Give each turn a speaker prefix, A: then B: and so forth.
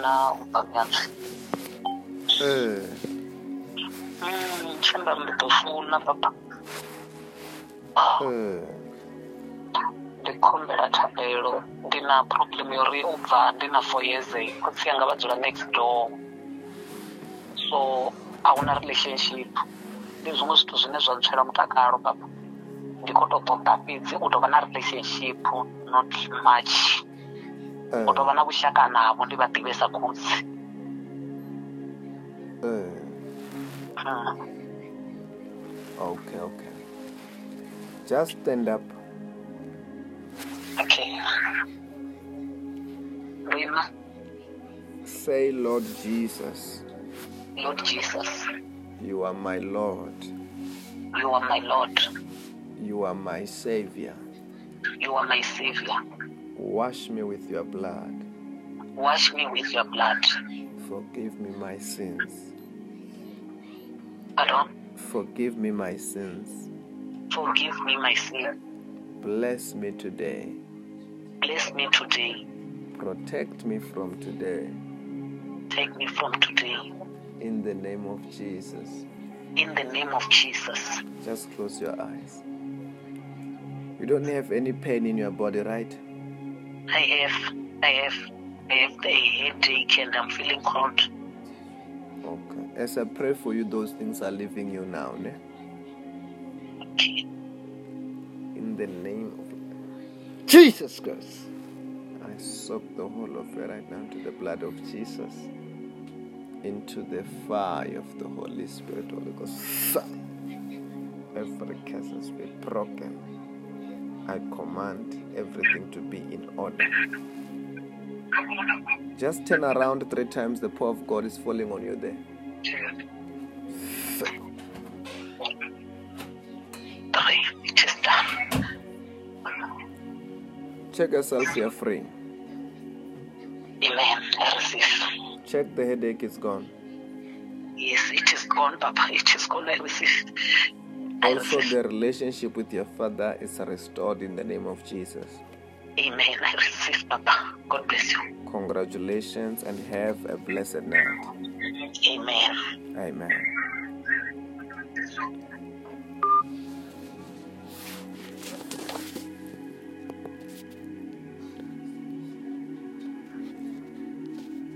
A: na u bva nyana
B: ee
A: Mm, tshimbila ndi ḓo funa papa
B: ee
A: ndi khombela thabelo ndi na problem yo ri u bva ndi na four years khotsi yanga vha dzula next door so a hu na relationship ndi zwiṅwe zwithu zwine zwa ntswela mutakalo papa ndi khou tou ṱoḓa fhedzi u tou vha na relationship not much
B: ee
A: u tou vha na vhushaka navho ndi vha ḓivhesa khotsi
B: ee
A: Mm.
B: okay okay just stand up
A: okay lima
B: say lord jesus
A: lord jesus
B: you are my lord
A: you are my lord
B: you are my savior
A: you are my savior
B: wash me with your blood
A: wash me with your blood
B: forgive me my sins
A: pardon
B: forgive me my sins
A: Forgive me my sin.
B: bless me today
A: Bless me today.
B: protect me from today
A: Take me from today.
B: in the name of jesus
A: In the name of Jesus.
B: Just close your eyes. You don't have any pain in your body, right?
A: I have, I have, I have a headache and I'm feeling cold.
B: Okay. As I pray for you, those things are leaving you now. Ne?
A: Okay.
B: In the name of Jesus Christ. I soak the whole of you right now to the blood of Jesus, into the fire of the Holy Spirit, Holy Ghost. Fire. Every curse has been broken. I command everything to be in order. Just turn around three times. The power of God is falling on you there.
A: Three. It is done.
B: Check yourself, you're free.
A: Amen. I receive.
B: Check the headache is gone.
A: Yes, it is gone, Papa. It is gone. I receive. I
B: Also,
A: receive.
B: the relationship with your father is restored in the name of Jesus.
A: Amen. I receive, Papa. God bless you.
B: Congratulations and have a blessed night.
A: Amen.
B: Amen.